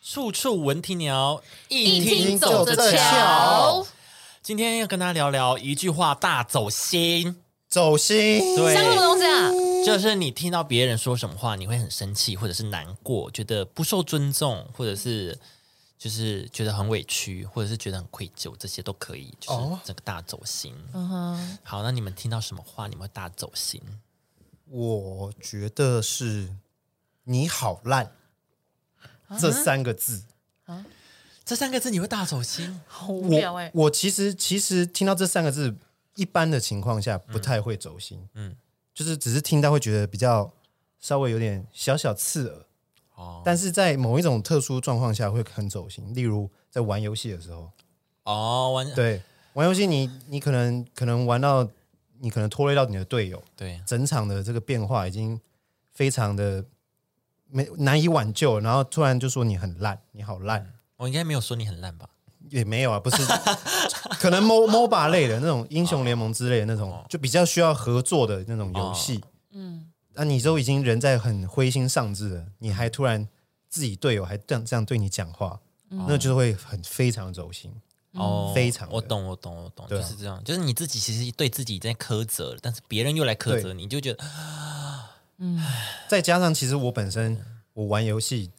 处处闻啼鸟，一听走着瞧。今天要跟大家聊聊一句话大走心，走心，对像什么东西啊？就是你听到别人说什么话，你会很生气，或者是难过，觉得不受尊重，或者是就是觉得很委屈，或者是觉得很愧疚，这些都可以，就是哦整个大走心。嗯哼，好，那你们听到什么话，你们会大走心？我觉得是你好烂啊这三个字。这三个字你会大走心？好无聊哎、我我其实其实听到这三个字，一般的情况下不太会走心，嗯，就是只是听到会觉得比较稍微有点小小刺耳，哦但是在某一种特殊状况下会很走心，例如在玩游戏的时候，哦，完对，玩游戏你你可能可能玩到你可能拖累到你的队友，对整场的这个变化已经非常的没难以挽救，然后突然就说你很烂，你好烂，我应该没有说你很烂吧？也没有啊，不是， 可能 MO MOBA 类的那种英雄联盟之类的那种，就比较需要合作的那种游戏。嗯，那、你都已经人在很灰心丧志了，你还突然自己队友还这样这样对你讲话，那就会很非常走心。嗯哦，非常的我懂，我懂，我懂，对就啊是这样，就是你自己其实对自己在苛责了，但是别人又来苛责对你，你就觉得再加上，其实我本身我玩游戏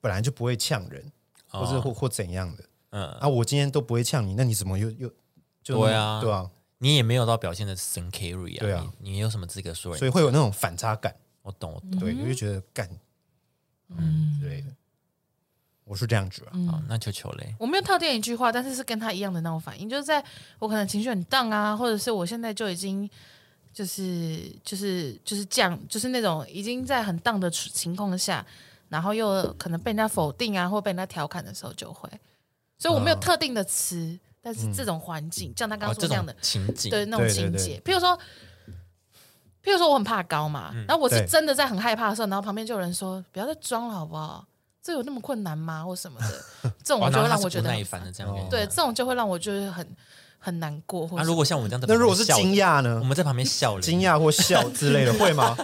本来就不会呛人，或哦是或或怎样的，嗯，啊，我今天都不会呛你，那你怎么又又就对啊对啊，你也没有到表现的神 carry 啊，对啊你，你有什么资格说人？所以会有那种反差感，我懂，我懂。对，我就觉得干，嗯之类的，我是这样嗯子啊，好，那球球嘞，我没有套电影句话，但是是跟他一样的那种反应，就是在我可能情绪很荡啊，或者是我现在就已经就是就是就是降，就是那种已经在很荡的处情况下，然后又可能被人家否定啊，或被人家调侃的时候就会，所以我没有特定的词，但是这种环境，像他刚啊嗯哦，刚这说这样种的，情景，对那种对对情对节，譬如说，譬如说我很怕高嘛，嗯然后我是对真的在很害怕的时候，然后旁边就有人说不要再装了好不好？这有那么困难吗？或什么的， 这种哇，就然哦后会他让是我不觉得耐很烦烦的哦这样跟你对，讲这种就会让我就是很很难过，或那啊者如果像我们这样在那旁边笑的，如果是惊讶我呢？们在旁边笑了，惊讶或笑之类的会吗？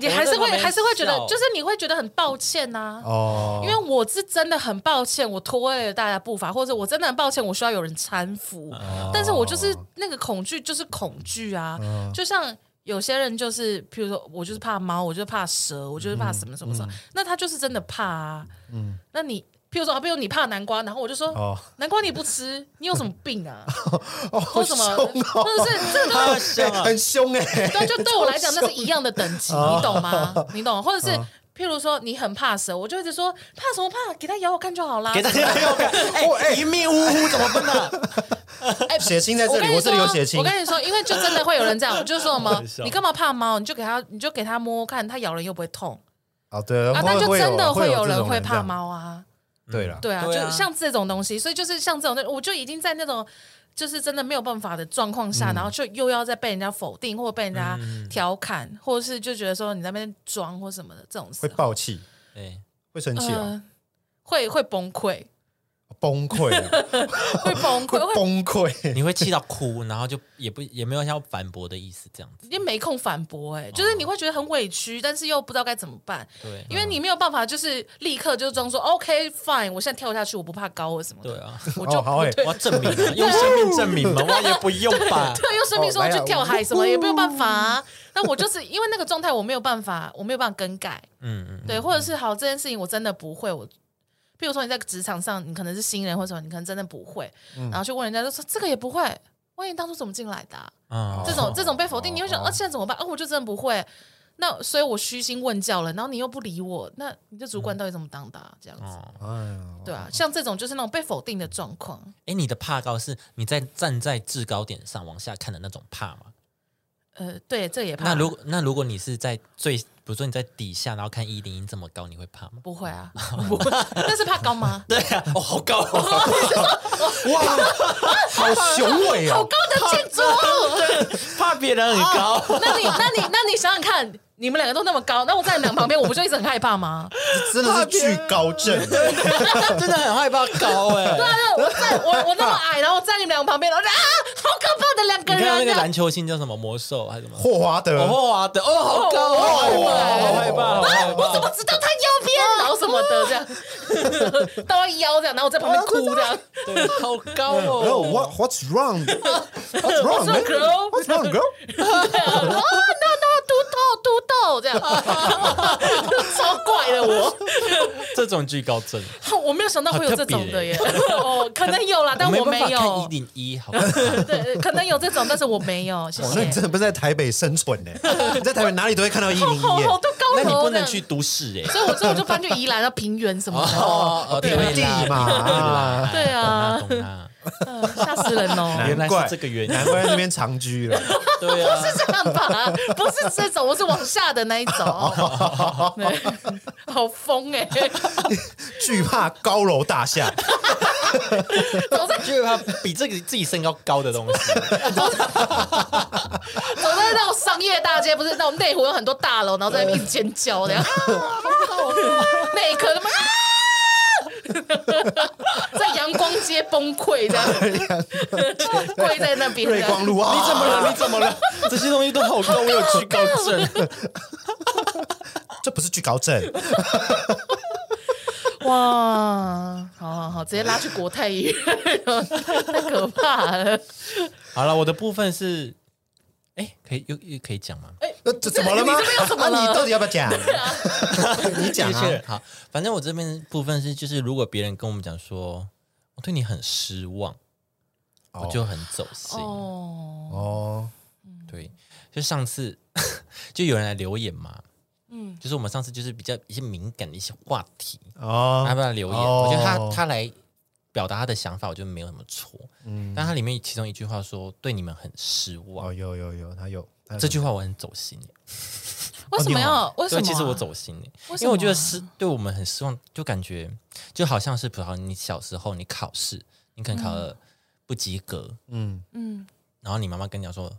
你还是会还是会觉得，就是你会觉得很抱歉啊呐、哦因，为我是真的很抱歉，我拖累了大家步伐，或者我真的很抱歉，我需要有人搀扶。但是我就是那个恐惧，就是恐惧啊！就像有些人就是，譬如说我就是怕猫，我就是怕蛇，我就是怕什么什么什么，那他就是真的怕啊。嗯，那你譬如说，啊譬如你怕南瓜，然后我就说，哦南瓜你不吃，你有什么病啊？哦，或好什么，凶哦或者是这个好东西，像啊很凶哎， 对，就对我来讲那是一样的等级，你懂吗？ 你懂，或者是。譬如说你很怕蛇，我就一直说怕什么怕，给它咬我看就好啦。给大家有感， 哎，一命呜呼怎么分啊呢？哎血清在这我里，跟你我这里有说，血清我，跟你说，因为就真的会有人这样，我就说 嘛笑，你干嘛怕猫？你就给它，你就给它摸摸看，它咬人又不会痛哦对，啊。那会就会有真的会有这人种会这怕样？嗯猫啊。对了，对啊，对啊就像这种东西，所以就是像这种，我就已经在那种就是真的没有办法的状况嗯下，然后就又要再被人家否定，或被人家调侃，或者是就觉得说你在那边装或什么的这种时会候，暴气， 对，会生气啊，呃会会崩溃，崩溃 啊，会 崩会溃，呃会崩 溃，你会气到哭，然后就也不也没有要反驳的意思，这样子，也没空反驳，哎，就是你会觉得很委屈，但是又不知道该怎么办，嗯对，因为你没有办法就是立刻就装说 OK fine，我现在跳下去，我不怕高或什么对的，啊，我就哦好哎，我要证明啊，用生命证 明嘛，我也不用吧，对，又生病说哦我来去啊跳海什么，也没有办法、啊。那我就是因为那个状态，我没有办法，我没有办法更改。嗯嗯，对，或者是好这件事情我真的不会，我。譬如说你在职场上，你可能是新人或者什么，你可能真的不会，嗯然后去问人家，就说这个也不会，万一当初怎么进来的啊、啊这种这种被否定，你会想，哦啊，现在怎么办？啊，我就真的不会，那所以我虚心问教了，然后你又不理我，那你这主管到底怎么当的啊、这样子，嗯哦，哎呦对啊，像这种就是那种被否定的状况，哎，你的怕高是你在站在制高点上往下看的那种怕吗？呃，对，这也怕。那如果那如果你是在最，比如说你在底下，然后看一零一这么高，你会怕吗？不会啊，不会，那是怕高吗？ 对啊，哦，好高、 哦，哇，好雄伟 好哦！高的建筑物。怕别人很高。 那你、那你、那你想想看，你们两个都那么高，那我在你们旁边，我不就一直很害怕吗？真的是惧 高症，真的很害怕 高哎、对啊，我在我我那么矮，然后我站你们两个旁边，然后就啊，好可怕的两个你看那人个啊！篮球星叫什么魔兽还是什么？霍华哦德，霍华德哦，好高哦，好害怕，好害怕，我怎么知道他腰边，哦然后什么的这样，到腰这样，然后我在旁边哭这样。对，好高然后哦。 What What's wrong? What's wrong, man? girl? What's wrong, 哦 girl?，no no，独斗独斗这样，超怪的我，这种惧高症，我没有想到会有这种的耶，哦，可能有啦，但没我办法没看一有，零一， 好可怕对，可能有这种，但是我没有，谢哇，那你真谢。的不是在台北生存呢？你在台北哪里都会看到一零好一耶好，多高那你楼这样，不能去都市哎。所以我所以我就搬去宜兰到平原什么的，哦哦，对平地啦嘛对啦对啊懂啦嗯吓死人哦！懂啦，原难来怪是这个原因难，怪在那边长居了。对啊，是这样吧？不是这种，我是往下的那一种。对，好疯哎！惧怕高楼大厦，总在就是他比这个自己身高高的东西，走在那种商业大街，不是那种内湖有很多大楼，然后在那边一直尖叫的，啊那一刻他妈啊，啊在阳光街崩溃这样，跪在那边这瑞样， 光路啊，你怎么了？你怎么了？这些东西都好高，我有惧高症。这不是惧高症，哇，好好好，直接拉去国泰医院， 太可怕了。 好了，我的部分是，哎，可以又又可以讲吗？呃这怎么了吗？你这边有什么啊了你到底要不要讲？ 你讲的啊，确好，反正我这边部分是，就是如果别人跟我们讲说我对你很失望，我就很走心。哦，哦，对，就上次 就有人来留言嘛，嗯，就是我们上次就是比较一些敏感的一些话题，哦，他不来留言，哦我觉得他他来表达他的想法，我觉得没有什么错。但他里面其中一句话说对你们很失望，嗯哦，有有有，他有他有这句话我很走心耶。为什么要？为什哦对，么？啊其实我，走心耶，为什么啊因为我觉得失对我们很失望，就感觉就好像是，比如说你小时候你考试，你可能考的不及格，嗯，嗯，然后你妈妈跟你讲说。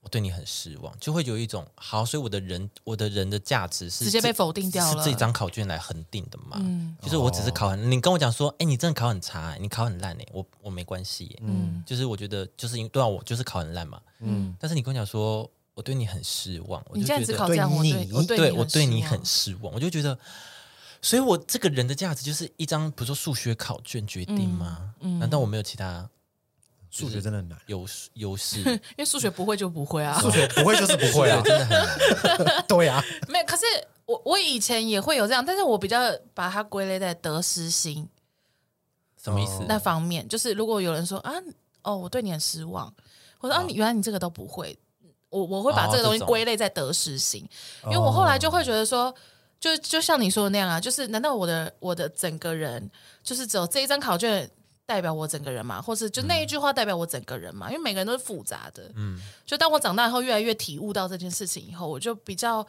我对你很失望，就会有一种好，所以我的人，我的人的价值是直接被这否定掉了是这张考卷来恒定的嘛？嗯就是我只是考很，你跟我讲说，哎、你真的考很差、你考很烂哎、我我没关系、耶嗯就是我觉得就是因为对啊，我就是考很烂嘛，嗯，但是你跟我讲说，我对你很失望，我你就这觉样子得考这样，我对对我对对你我对你失望很失望，我就觉得，所以我这个人的价值就是一张，比如说数学考卷决嗯定吗？难道我没有其他数学真的很难，优势优 势？因为数学不会就不会啊，数学不会就是不 会啊，真的很难。 对啊，没有。可是我我以前也会有这样，但是我比较把它归类在得失心什么意思？那方面，就是如果有人说啊，哦，我对你很失望，或者啊，你原来你这个都不会，我我会把哦这个东西这种归类在得失心，哦因为我后来就会觉得说。就就像你说的那样啊，就是难道我的我的整个人就是只有这一张考卷代表我整个人嘛，或是就那一句话代表我整个人嘛？因为每个人都是复杂的，嗯，就当我长大以后，越来越体悟到这件事情以后，我就比较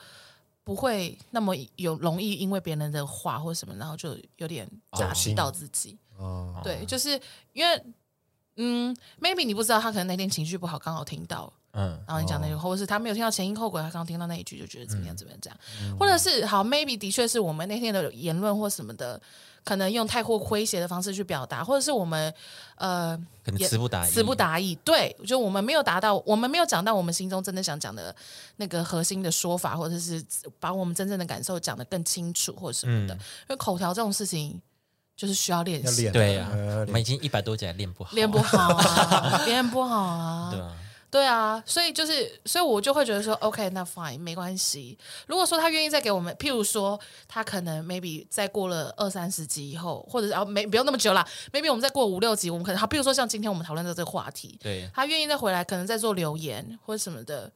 不会那么有容易因为别人的话或什么，然后就有点走打击心到自己。哦，对，就是因为嗯，maybe 你不知道他可能那天情绪不好，刚好听到，嗯，然后你讲那句话，或是他没有听到前因后果，他刚听到那一句就觉得怎么样怎么样这样，或者是好，maybe 的确是我们那天的言论或什么的，可能用太过诙谐的方式去表达，或者是我们呃可能也词不达意，词不达意，对，就我们没有达到，我们没有讲到我们心中真的想讲的那个核心的说法，或者是把我们真正的感受讲得更清楚，或什么的。因为口条这种事情就是需要练嗯要习，练，对呀、呃我们已经一百多集还练不好，练不好 啊，练不好啊，对啊，对啊，所以就是，所以我就会觉得说，OK，那 fine，没关系。如果说他愿意再给我们，譬如说他可能 maybe 再过了二三十集以后，或者是啊没不用那么久啦，maybe 我们再过五六集，我们可能好，譬如说像今天我们讨论到这个话题，对，他愿意再回来，可能再做留言或者什么的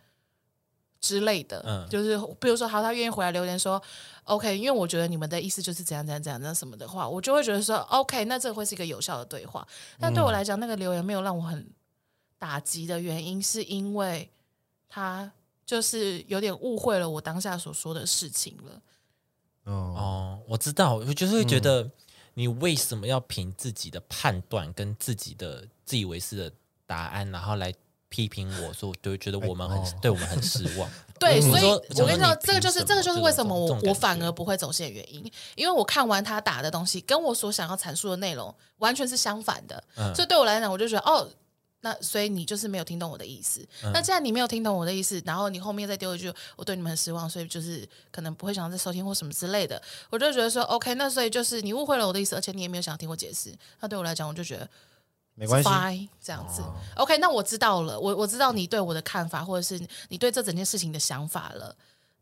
之类的，嗯就是比如说，好，他愿意回来留言说，OK，因为我觉得你们的意思就是怎样怎样怎样那什么的话，我就会觉得说，OK，那这会是一个有效的对话。但对我来讲，那个留言没有让我很打击的原因，是因为他就是有点误会了我当下所说的事情了。哦，哦，我知道，我就是会觉嗯得你为什么要凭自己的判断跟自己的自以为是的答案，然后来批评我说，就会觉得我们很、哎哦 对我们很失望。对，嗯所以说我跟你想说说，这个就是你凭什么这个就是为什么这我种这种感觉我反而不会走心的原因，因为我看完他打的东西，跟我所想要阐述的内容完全是相反的，嗯所以对我来讲，我就觉得哦。那所以你就是没有听懂我的意思。嗯那既然你没有听懂我的意思，然后你后面再丢一句我对你们很失望，所以就是可能不会想要再收听或什么之类的，我就觉得说 OK，那所以就是你误会了我的意思，而且你也没有想听我解释。那对我来讲，我就觉得没关系，哦 fine 这样子。OK，那我知道了，我我知道你对我的看法，或者是你对这整件事情的想法了。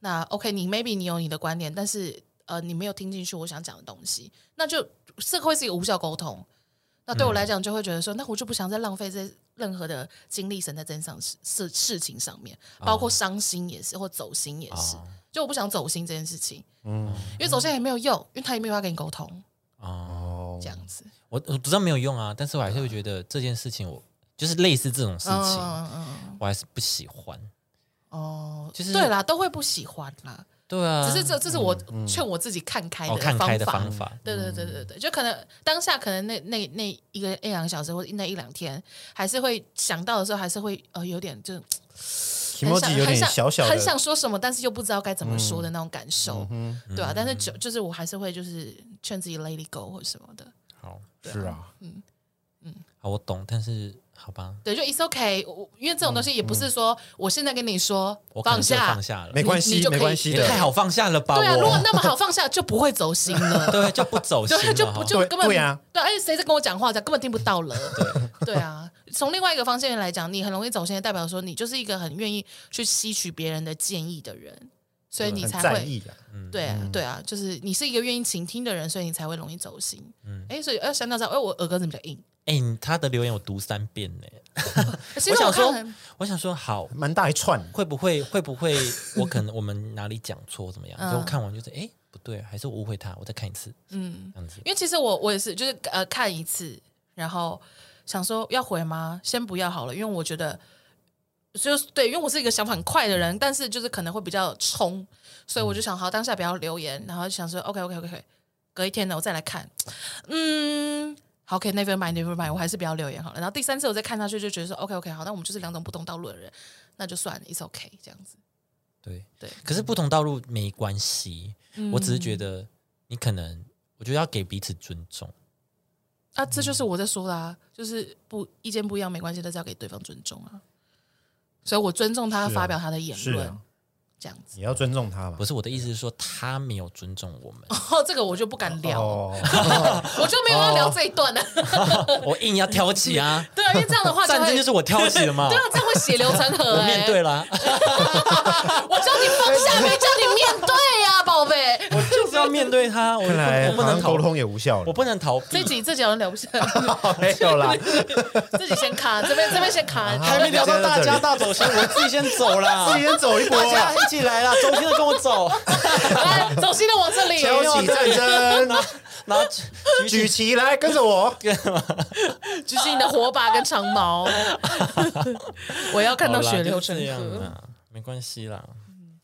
那 OK，你 maybe 你有你的观点，但是呃，你没有听进去我想讲的东西，那就这会是一个无效沟通。那对我嗯来讲，就会觉得说，那我就不想再浪费这任何的精力神在这件上事事事情上面，哦包括伤心也是，或走心也哦是。就我不想走心这件事情，嗯，因为走心也没有用，因为他也没有要跟你沟通，哦，哦这，样子。我我不知道没有用啊，但是我还是会觉得这件事情我，就是类似这种事嗯情，嗯嗯嗯我还是不喜欢。哦，就是对啦，都会不喜欢啦。对啊，只是这这是我劝我自己看开的嗯哦方法。看开的方法，嗯对对对对对，就可能当下可能那那那一个一两个小时或者那一两天，还是会想到的时候，还是会呃有点就题很目想有很点想小小很的，嗯想说什么，但是又不知道该怎么说嗯的那种感受，对啊，但是就就是我还是会就是劝自己 let it go 或什么的，好，是啊，好，我懂，但是好吧，对，就 it's okay，我我因为这种东西也不是说我现在跟你说嗯我可能放就下放，下了，没关你你系，就可没以关系也太的，好放下了吧？对啊，我如果那么好放下，就不会走心了。对就不啊走心 对，了，就不就对根本对啊，对，而且谁在跟我讲话，根本听不到了。 对啊，从另外一个方向来讲，你很容易走心，代表说你就是一个很愿意去吸取别人的建议的人，所以你很才在会意啊，对啊，对啊，就是你是一个愿意倾听的人，所以你才会容易走心。嗯，哎，所以呃，想到这，哎，我耳根子比较硬。哎、你他的留言我读三遍呢，其我实想看说很，我想说好。蛮大一串，会不会会不会我可能我们哪里讲错怎么样？嗯结果看完就是哎、不对，还是我误会他，我再看一次，嗯，这样子。因为其实我我也是，就是呃看一次，然后想说要回吗？先不要好了，因为我觉得就是对，因为我是一个想法很快的人，但是就是可能会比较冲，所以我就想好当下不要留言，然后想说 OK OK OK，隔一天呢我再来看，嗯。好，OK，never、mind，never mind，我还是不要留言好了。然后第三次我再看下去，就觉得说，OK，OK，、好，那我们就是两种不同道路的人，那就算了，it's OK，这样子。对对可是不同道路没关系，我只是觉得你可能，我觉得要给彼此尊重。啊，这就是我在说的啊，就是不意见不一样没关系，但是要给对方尊重啊。所以我尊重他是啊发表他的言是论，啊，这样子。也要尊重他嘛不，是我的意思是说，他没有尊重我们， 哦，这个我就不敢聊， 哦，我就没有要哦聊这一段了。！我硬要挑起啊 对啊，因为这样的话就战会，争就是我挑起的嘛 对，啊，这样会血流成河、我欸。面对，啦，我叫你放下，没叫你面对呀、宝贝。我 就是要面对 他，我不看来我不好像能逃沟，通也无效了我，不能逃这避。集这集好像聊不下，没有啦，自己先卡，这边这边先卡。啊还没聊到大这家里大走心，我自己先走啦 自己，先走一波 大家啊，一起来啦，走心的跟我走，来，走心的往这里。 挑 起战争，然后举举起旗来跟着 我，举起你的火把跟长矛， 我要看到好啦血流就是成哦这样啊河。啦，没关系啦。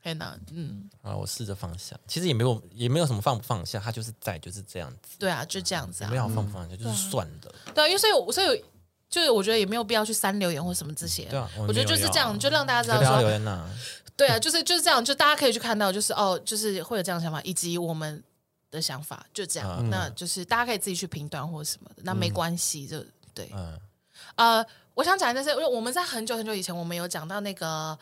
天哪，嗯。啊，我试着放下，其实也没有也没有什么放不放下，他就是在就是这样子，对啊，就这样子啊没。有放不嗯放下就是算了。对啊，因为所以我所以就是我觉得也没有必要去删留言或什么这些。对啊我我们觉得就是这样，没有要就让大家知就道不要留说，在那，对啊，就是就是这样，就大家可以去看到，就是哦，就是会有这样的想法，以及我们的想法，就这样。嗯那就是大家可以自己去评断或什么的，那没关系，就对。嗯，呃，我想讲的是，因为我们在很久很久以前，我们有讲到那个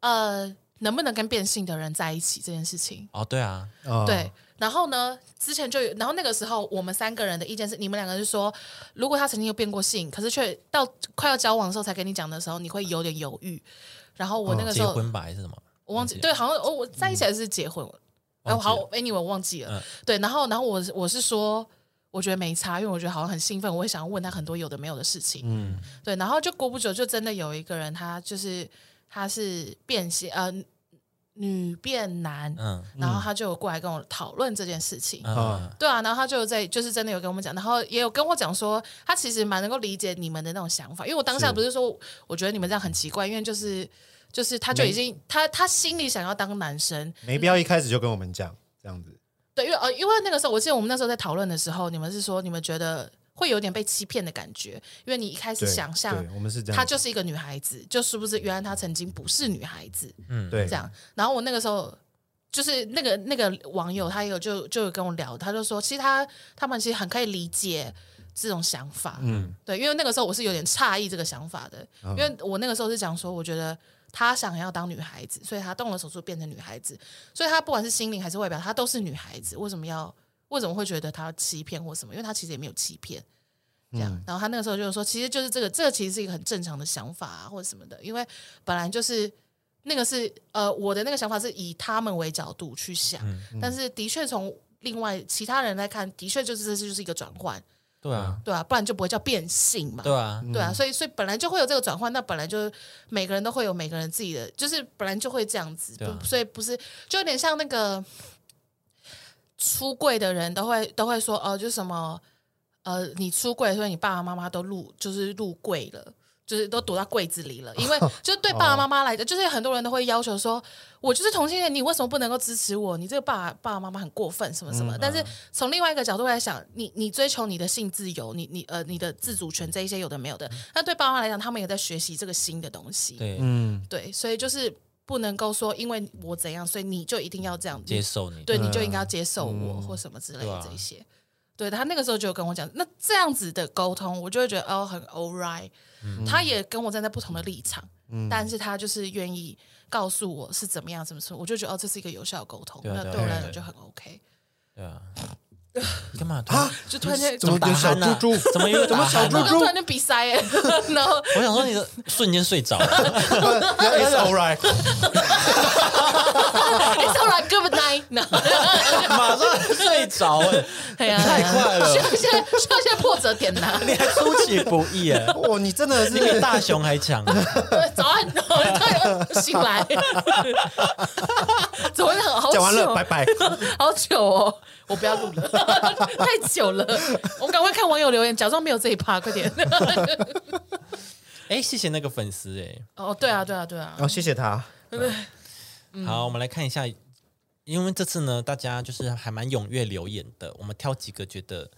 呃，能不能跟变性的人在一起这件事情。哦，对啊，哦对，，然后呢，之前就有，然后那个时候我们三个人的意见是，你们两个是说，如果他曾经有变过性，可是却到快要交往的时候才跟你讲的时候，你会有点犹豫。然后我那个时哦结候、婚吧还是什么？我忘记，对，好像哦，我在一起还是结婚，然忘后记好了，anyway 我忘记了。嗯对，然后然后我是我是说，我觉得没差，啊因为我觉得好像很兴奋，我会想要问他很多有的没有的事情。嗯，对，然后就过不久就真的有一个人，他就是他是变性，呃，女变男。嗯然后他就有过来跟我讨论这件事情，哦嗯，对啊，然后他就在就是真的有跟我们讲，然后也有跟我讲说，他其实蛮能够理解你们的那种想法，因为我当下是不是说我觉得你们这样很奇怪，因为就是就是他就已经他他心里想要当男生，没必要一开始就跟我们讲这样子，对，因为呃因为那个时候我记得我们那时候在讨论的时候，你们是说你们觉得。会有点被欺骗的感觉，因为你一开始对，想象对我们是这样，她就是一个女孩子，就是不是原来她曾经不是女孩子对这样。然后我那个时候。就是那个那个网友，他有就就有跟我聊，他就说，其实他他们其实很可以理解这种想法，嗯，对，因为那个时候我是有点诧异这个想法的，因为我那个时候是讲说，我觉得她想要当女孩子，所以她动了手术变成女孩子，所以她不管是心灵还是外表，她都是女孩子，为什么要为什么会觉得她欺骗或什么？因为她其实也没有欺骗，这样。然后他那个时候就是说，其实就是这个，这个其实是一个很正常的想法啊，或者什么的，因为本来就是那个是呃，我的那个想法是以他们为角度去想，嗯但是的确从另外其他人来看，的确就是这就是一个转换，对啊，嗯对啊，不然就不会叫变性嘛，对啊，对啊，所以所以本来就会有这个转换，那本来就是每个人都会有每个人自己的，就是本来就会这样子，对啊不所以不是就有点像那个出柜的人都会都会说哦、就什么呃，你出柜，所以你爸爸妈妈都入就是入柜了。就是都躲到柜子里了，因为就是对爸爸妈妈来讲，就是很多人都会要求说，我就是同性恋，你为什么不能够支持我？你这个爸爸爸妈妈很过分，什么什么。但是从另外一个角度来想，你你追求你的性自由，你你呃你的自主权这一些有的没有的，那对爸妈来讲，他们也在学习这个新的东西。对，嗯，对所以就是不能够说因为我怎样，所以你就一定要这样接受你，对，你就应该要接受我、或什么之类嗯对的啊这一些。对他那个时候就有跟我讲，那这样子的沟通，我就会觉得哦，很 all right、他嗯也跟我站在不同的立场，但是他就是愿意告诉我是怎么样，怎么说，我就觉得哦，这是一个有效的沟通，对啊那对啊对我对啊来对讲啊就很 OK。对啊。你干嘛突然啊，就突然间怎么打有小鼾呢猪猪？怎么有怎么小我猪刚猪突然间鼻塞耶，然 后我想说你的瞬间睡着了， ？It's all right， It's alright, good night 然后。 马上睡着哎、对呀，太快了需要一些需要一些破折点呐。你还出其不意哎、 哇，哦你真的你比是大雄还强，啊对早安，然后突然醒来， 怎么会很好久？ 讲完了，拜拜。 好久哦，我不要录了， 太久了。我赶快看网友留言，假装没有这一趴，快点。 哎、谢谢那个粉丝哎、哦，对啊，对啊，对啊然，后谢谢他，好，我们来看一下，因为这次呢，大家就是还蛮踊跃留言的，我们挑几个觉得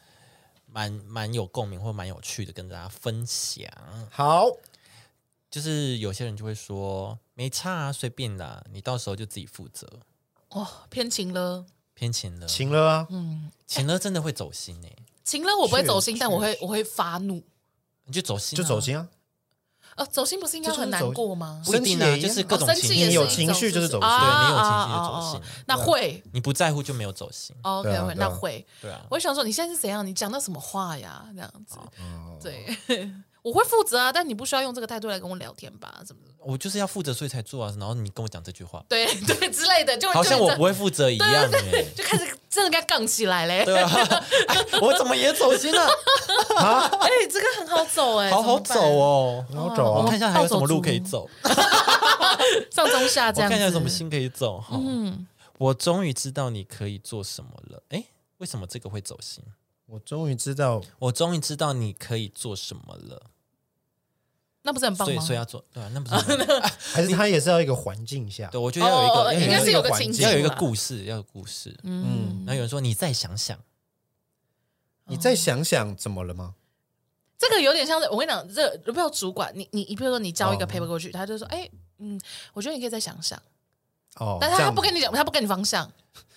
蛮蛮有共鸣或蛮有趣的，跟大家分享。好，就是有些人就会说没差啊，随便啦，你到时候就自己负责。哦，偏情了。偏情了，晴了啊，情了真的会走心哎、情了我不会走心，确但我会我会发怒。你就走心、就走。心啊，呃，走心不是应该很难过吗？不一定啊，生气也一就样是各种哦生情气绪，也是你一有种情绪就是走心啊对你有情绪就啊走心啊啊那会你不在乎就没有走心。 OK 对啊 OK，对啊那会。对啊，我想说，你现在是怎样？你讲的什么话呀？这样子，对， 我会负责啊，但你不需要用这个态度来跟我聊天吧？怎么的？我就是要负责所以才做啊，然后你跟我讲这句话，对 对之类的，就好像哦就我这不会负责一样哎、就开始真的跟他杠起来嘞。对啊， 哎我怎么也走心了？ 哎，这个很好走哎，好好怎么走哦。然后走我啊，看一下还有什么路可以走，我办，上中下哦这样看子。嗯一下有什么心可以走。哈，我终于知道你可以做什么了。哎，为什么这个会走心？我终于知道我终于知道你可以做什么了，那不是很棒所以吗？所以要做对啊，那不 是还是他也是要一个环境下对，，我觉得要有哦，哦一应个该要是有有一个个情境，要有一个，故事，要有故事。嗯然，后有人说你再想想，你再想想怎么了吗？这个有点像是我跟你讲，这个如果要主管，你你你比如说你交一个 paper 过去，他就说，哎，嗯，我觉得你可以再想想，哦，但是这他样不跟你讲，他不跟你方向，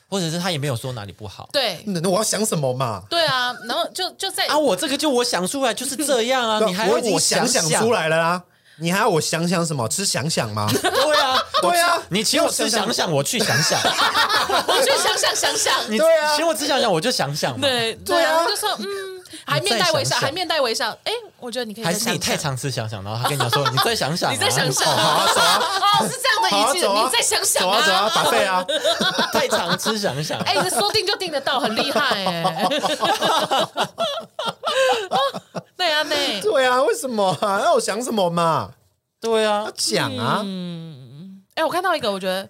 或者是他也没有说哪里不好对那那我要想什么嘛？对啊，然后就就在嗯啊。我这个就我想出来就是这样 啊，对你还要我已经想想想出，来了啦，你还要我想想什么？吃想想吗？对啊，对啊我去你请我吃想想，我去想 想。 我去想想想想， 你对啊请我吃想想，我就想想嘛。对对对啊就说嗯，还面带微笑，还面带微笑，哎，我觉得你可以再还是想你想太。常吃想想，然后他跟你讲 说你再想想啊，你再想想，哦好啊，走啊！哦，是这样的好啊意思走，啊你再想想哦走啊走啊，把费啊！ 太常吃想想，哎，你说定就定得到，很厉害哎。 对啊，那对啊，为什么啊？要我想什么嘛？对啊要，讲啊，哎，我看到一个，我觉得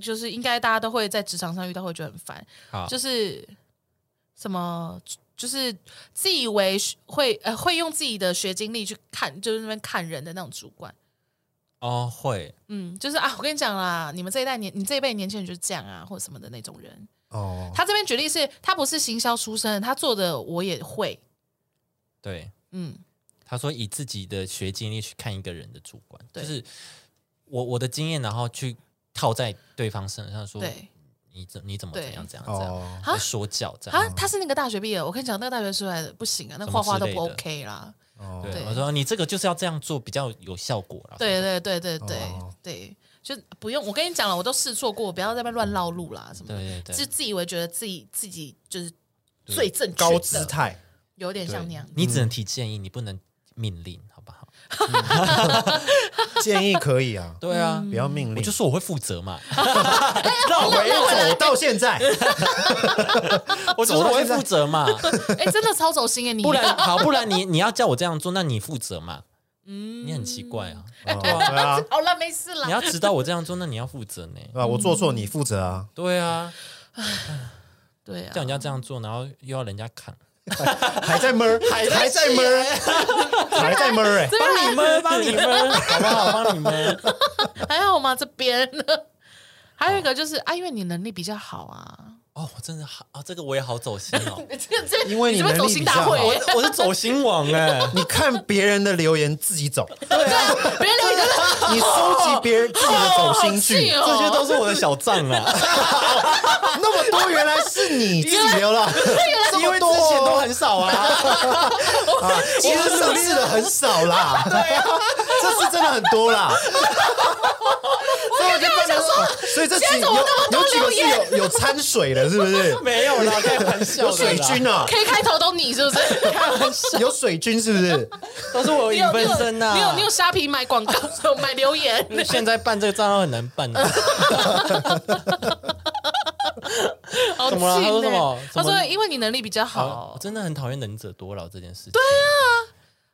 就是应该大家都会在职场上遇到，会觉得很烦，好，就是什么。就是自以为会呃会用自己的学经历去看，就是那边看人的那种主管，哦会，嗯，就是啊，我跟你讲啦，你们这一代年，你这一辈年轻人就是这样啊，或者什么的那种人。哦，他这边举例是，他不是行销出身，他做的我也会，对，嗯，他说以自己的学经历去看一个人的主观，就对是我我的经验，然后去套在对方身上说，对。你怎你怎么对怎样怎样怎样，哦，啊在说教这他样。他是那个大学毕业的，我跟你讲，那个大学出来的不行啊，那什么画画之都类不的 OK 啦。哦对，对我说你这个就是要这样做比较有效果啦。对对对对对、哦对，就不用。我跟你讲了，我都试错过，不要在那边乱绕路啦，什么的，对对就对，自以为觉得自己自己就是最正确的高姿，态，有点像那样。你只能提建议，你不能命令，好不好？建议可以啊，对啊，嗯不要命我令就。说我会负责嘛，绕回走到 现在，哦啊我就说我会负责 嘛，哎、真的超走心哎、你不 然好，不然你你要叫我这样做，那你负责嘛。嗯，你很奇怪 啊，哦对啊，好了，没事你啦。要指导我这样做，那你要负责呢。对啊，我做错你负责啊， 对 啊，对啊叫，人家这样做，然后又要人家扛，还在闷儿，还在闷儿， 还在闷儿，哎，啊帮你们，帮你们， 好不好？帮你们。还好吗？这边哦还有一个就是啊，因为你能力比较好啊。 哦，我真的好啊，这个我也好走心哦， 你这个这个因为你你这边走能力心比大较会好 欸，我我是走心王哎， 你看别人的留言自己走，别人留言真的你收集别人自己的走好心剧气，哦这些都是我的小账 啊，那么多原来是你自己留了，这啊因为 么之多前都很少啊。啊，其实努力的很少啦，对啊，这次真的很多啦。所以我就不能说，所以这次今天怎有么那么多有几个留言是有有掺水的，是不是？没有 啦，开玩笑的有啦水军啊， K 开头都你 是不是？有水军是不是？都是我你影有你分有身啊呐。你有你有虾皮买广告，有买 留言，现在办这个账号很难办嗯啊。 好怎么了气他说呢什么怎他说么因为你能力比较好，我好真的很讨厌能者多劳这件事情。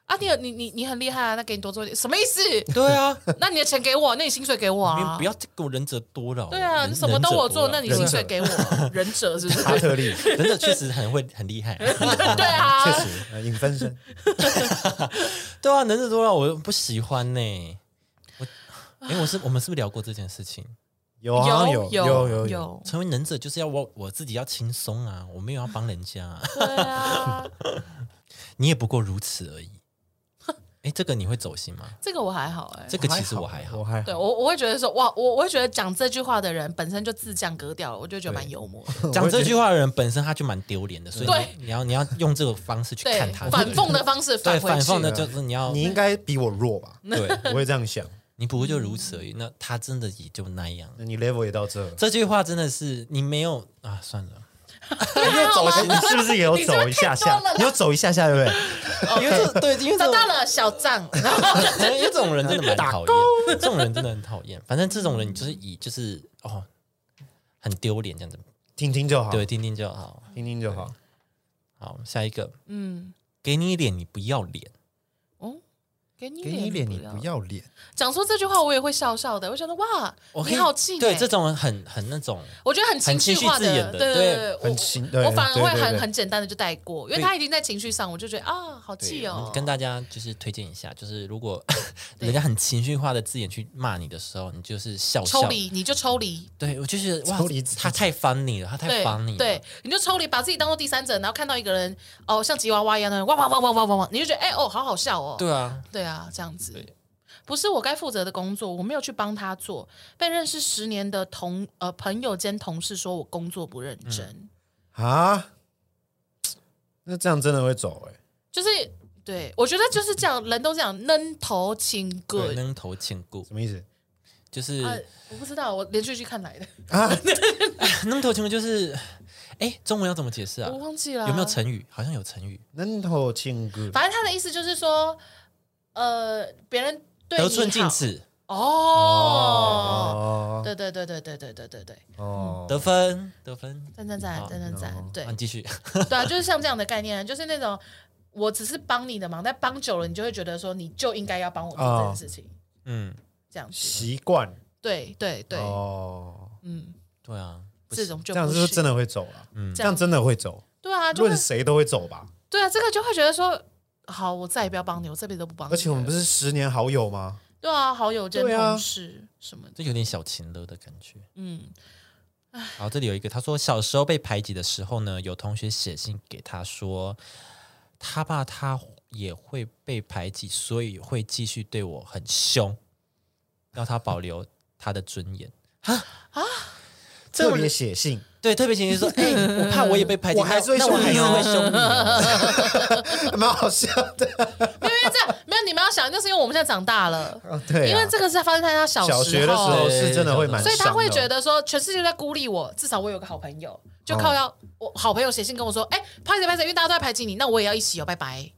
啊，你有你你你很厉害啊，那给你多做一点，什么意思？对啊， 那你的钱给我，那你薪水给我你啊不。要给我忍者多劳。对啊，忍你什么都我做，那忍你者多薪劳水给我，忍者 是不是？哈特利，忍忍者确实很会很厉害。 对啊 确，实呃影分身，对啊，忍者多劳我不喜欢呢。我哎，我是我们是不是聊过这件事情？有好像有有有有，成为忍者就是要我我自己要轻松啊，我没有要帮人家啊，对啊，你也不过如此 而已。哎，这个你会走心吗？这个我还好哎、这个其实我还好我。还对好，我我会觉得说哇，我我会觉得讲这句话的人本身就自降格调了，我就觉得蛮幽默的。讲这句话的人本身他就蛮丢脸的，所以对你你要你要用这个方式去对看，他，反讽的方式对反回反去讽，的就是你啊要你应该比我弱吧？嗯对，我会这样想，你不过就如此而已。那他真的也就那样。那你 level 也到这， 这句话真的是你没有啊，算了，又走，你是不是也有你是不是走一下太下多了啦？你有走一下下，对不对？因为这对，因为这哦长种大了小账，然后因为这种 人真的蛮讨厌，这种人真的很讨厌。反正这种人你就是以就是哦，很丢脸这样子，听听就好，对，听听就好。听听就好。好，下一个，嗯，给你脸你不要脸，哦，给你给你脸，你不要要脸，讲出这句话，我也会笑笑的。我觉得哇，我可以你好近、欸，对这种人很很那种，我觉得很情绪化很情绪字眼的对对对，我很情对我反而对会对很对很简单的就带过，因为对他已经在情绪上，我就觉得啊，好气对，哦嗯，跟大家就是推荐一下，就是如果对 人家很情绪化的字眼去骂你的时候，你就是笑笑抽。离，你就抽离。对，我就是哇抽离自，己他太烦你了，他太对烦你了。对，你就抽离，把自己当做第三者，然后看到一个人哦，像吉娃娃一样的哇哇哇哇哇哇哇，你就觉得哎、哦，好好笑哦。对啊，对啊，这样子对不是我该负责的工作，我没有去帮他做。被认识十年的同呃朋友兼同事说我工作不认真，啊，那这样真的会走哎、就是对我觉得就是这样，人都这样扔头请对，滚。扔头欠顾什么意思就是 啊，我不知道，我连续剧看来的， 啊？扔头欠顾就是，哎，中文要怎么解释啊我？忘记了有没有成语？好像有成语，能头庆哥，反正他的意思就是说，呃，别人对你得好寸进尺，哦。哦对对对对对对对对对，哦，得分，得分。赞赞赞好赞赞赞，对啊你继续。 对啊，就是像这样的概念，就是那种我只是帮你的忙，但帮久了你就会觉得说你就应该要帮我做哦这件事情，嗯，这样子。习惯对对对，哦，嗯，对啊，不这是种就这样不就是是真的会走了，嗯这这样真的会走，对啊，就论会谁都会走吧。对啊，这个就会觉得说，好，我再也不要帮你，我这辈子都不帮你了。而且我们不是十年好友吗？对啊，好友兼对啊同事什么的，这有点小情勒的感觉。嗯，好，这里有一个，他说小时候被排挤的时候呢，有同学写信给他说，他怕他也会被排挤，所以会继续对我很凶，要他保留他的尊严。这特别写 信，对，特别情绪 说，哎、我怕我也被排挤，我还是会那我凶还你是哦会凶你 哦。蛮好笑的。没有因为这样，没有你们要想，就是因为我们现在长大了，哦对啊因为这个是发生在他小小学的时候对是真的会蛮，所以他会觉。得说，全世界都在孤立我，至少我有个好朋友，就靠要、我好朋友写信跟我说，哎、拍谁拍谁，因为大家都在排挤你，那我也要一起哦，拜拜。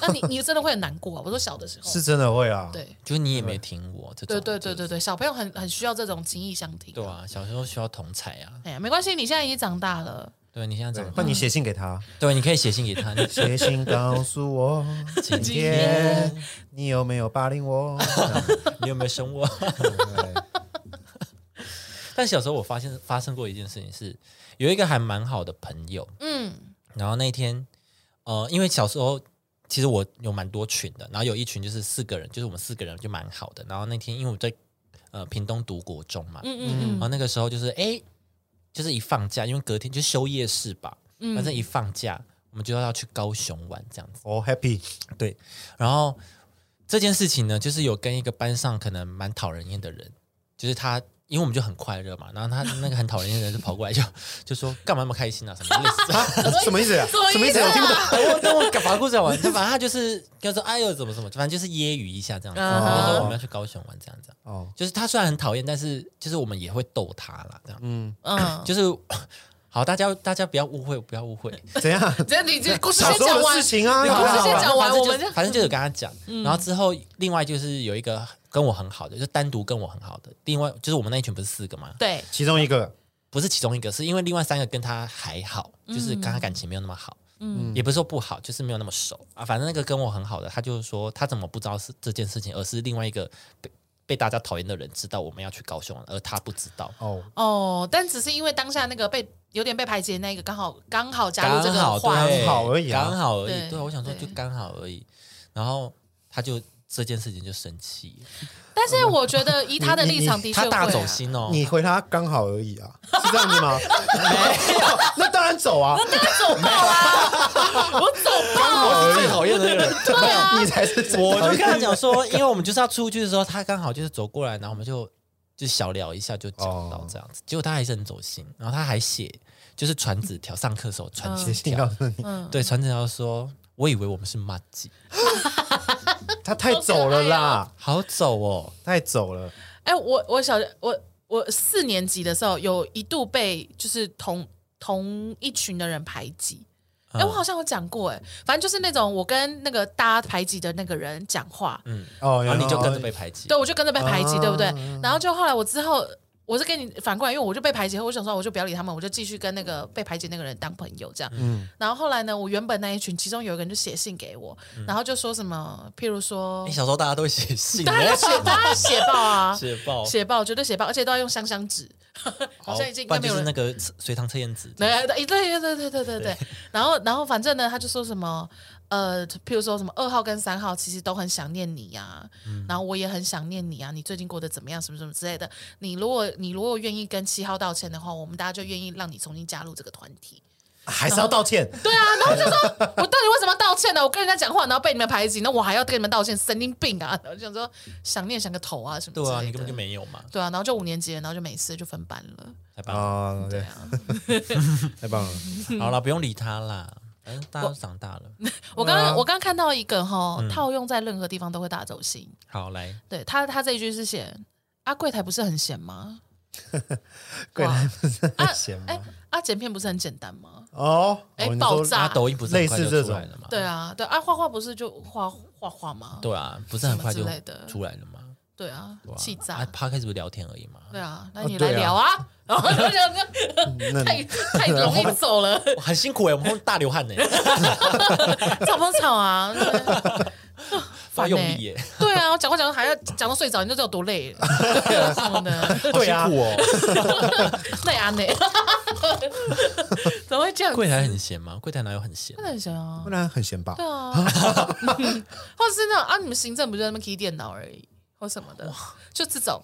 那你你真的会很难过、啊。我说小的时候，是真的会啊，对就是你也没听我，这种对对对就是对对，小朋友很很需要这种情义相挺。对啊，小时候需要同才啊。哎呀，没关系，你现在已经长大了，对你现在对，怎么？换你写信给 他，对，你可以写信给他，你写信告诉我今天你有没有霸凌我？你有没有凶我？ 但小时候我发现发生过一件事情是，有一个还蛮好的朋友，嗯，然后那天，呃，因为小时候其实我有蛮多群的，然后有一群就是四个人，就是我们四个人就蛮好的。然后那天因为我在呃屏东读国中嘛，嗯嗯然后那个时候就是哎，就是一放假，因为隔天就休夜市吧，嗯反正一放假我们就要去高雄玩这样子。 哦，happy， 对，然后这件事情呢，就是有跟一个班上可能蛮讨人厌的人，就是他，因为我们就很快乐嘛，然后他那个很讨人厌的人就跑过来就就说干嘛那么开心啊什么类 似的。什么意思啊？什什么么意意思思啊？啊我听不懂。 等 我等我把故事讲完，就反正他就是跟他说哎呦怎么怎么，反正就是揶揄一下这样子，嗯然哼后说我们要去高雄玩这样子。哦，就是他虽然很讨厌，但是就是我们也会逗他啦，这样。嗯，嗯，就是 好，大家大家不要误会，不要误 会。怎样？这样你这故事小先时候讲的完事，情啊，对好不我好是先讲反完正我们嗯就这反正就是跟他讲，然后之后另外就是有一个跟我很好的，就单独跟我很好的，另外就是我们那一群不是四个嘛，对，其中一个，不是其中一个，是因为另外三个跟他还好，就是跟他感情没有那么好，嗯也不是说不好，就是没有那么熟啊。反正那个跟我很好的，他就是说他怎么不知道是这件事情，而是另外一个被被大家讨厌的人知道我们要去高雄，而他不知道。哦，哦，但只是因为当下那个被有点被排挤的那个，刚好刚好加入这刚个好话对题，刚好而已啊刚好而已。对对啊，我想说对就刚好而已，然后他就这件事情就生气，但是我觉得以他的你你立场，的确他会啊大走心哦。你回他刚好而已啊，是这样 子吗？ 那当然走啊，我走吧。我是最讨厌的那个人。哦对啊，你才是最我就讨跟厌他讲说，因为我们就是要出去的时候，他刚好就是走过来，然后我们就就小聊一下，就讲到这样子。结果他还是很走心，然后他还写就是传纸条，上课的时候传纸写信条，告诉你，嗯，对，传纸条说，我以为我们是骂鸡，他太走了啦，好走哦，太走了，哎、我我小我我四年级的时候，有一度被就是同同一群的人排挤。哎、我好像有讲过哎、反正就是那种我跟那个大家排挤的那个人讲话，嗯，哦，然后你就跟着哦被排挤对，我就跟着被排挤，啊对不对？然后就后来我之后，我是跟你反过来，因为我就被排挤，我想说我就不要理他们，我就继续跟那个被排挤那个人当朋友这样。然后后来呢，我原本那一群，其中有一个人就写信给我，然后就说什么，譬如说哎 你，小时候大家都会写信，大家都写，大家写报啊，写报，写报绝对写报，而且都要用香香纸， 好像已经应不该然就没有是人那。个随堂测验纸，对 对对对对对对对，然后然后反正呢，他就说什么，呃，譬如说什么二号跟三号其实都很想念你呀、嗯然后我也很想念你啊，你最近过得怎么样，什么什么之类的。你如果你如果愿意跟七号道歉的话，我们大家就愿意让你重新加入这个团体。还是要道 歉，对啊，然后我就说，我到底为什么要道歉呢？我跟人家讲话，然后被你们排挤，那我还要跟你们道歉，神经病啊！然后就想说想念想个头啊什么之类对的。啊，你根本就没有嘛，对啊，然后就五年级了，然后就没事就分班了。太棒了，啊，对对，啊，太棒了，好了，不用理他啦，反正大家都长大了，我刚啊刚我刚看到一个哈，嗯套用在任何地方都会大走心。好来，对他，他这一句是写啊，柜台不是很闲 吗？贵哇男不是啊很闲，哎吗？啊，剪片不是很简单吗？哦，哎哦你爆说炸啊，抖音不是很快就出来了嘛？对啊，对啊，画画不是就画画画吗？对啊，不是很快就什么之类的出来了嘛？对啊对，啊气啊炸。 ，podcast 不是聊天而已嘛？ 对啊，那啊你对来啊聊啊。 然后就想说那太太容易走 了，我很辛苦哎，我 们大流汗呢，吵不吵啊？发用力 耶，对啊，我讲话讲到还要讲到睡着，你就知道有多累了。 什么的，好辛苦 哦。累啊累， 怎么会这样？柜台很闲吗？柜台哪有很闲真？的很闲啊不。然很闲吧对？ 啊，或者是那种啊，你们行政不就在那边 key 电脑而已，或什么的，就这种，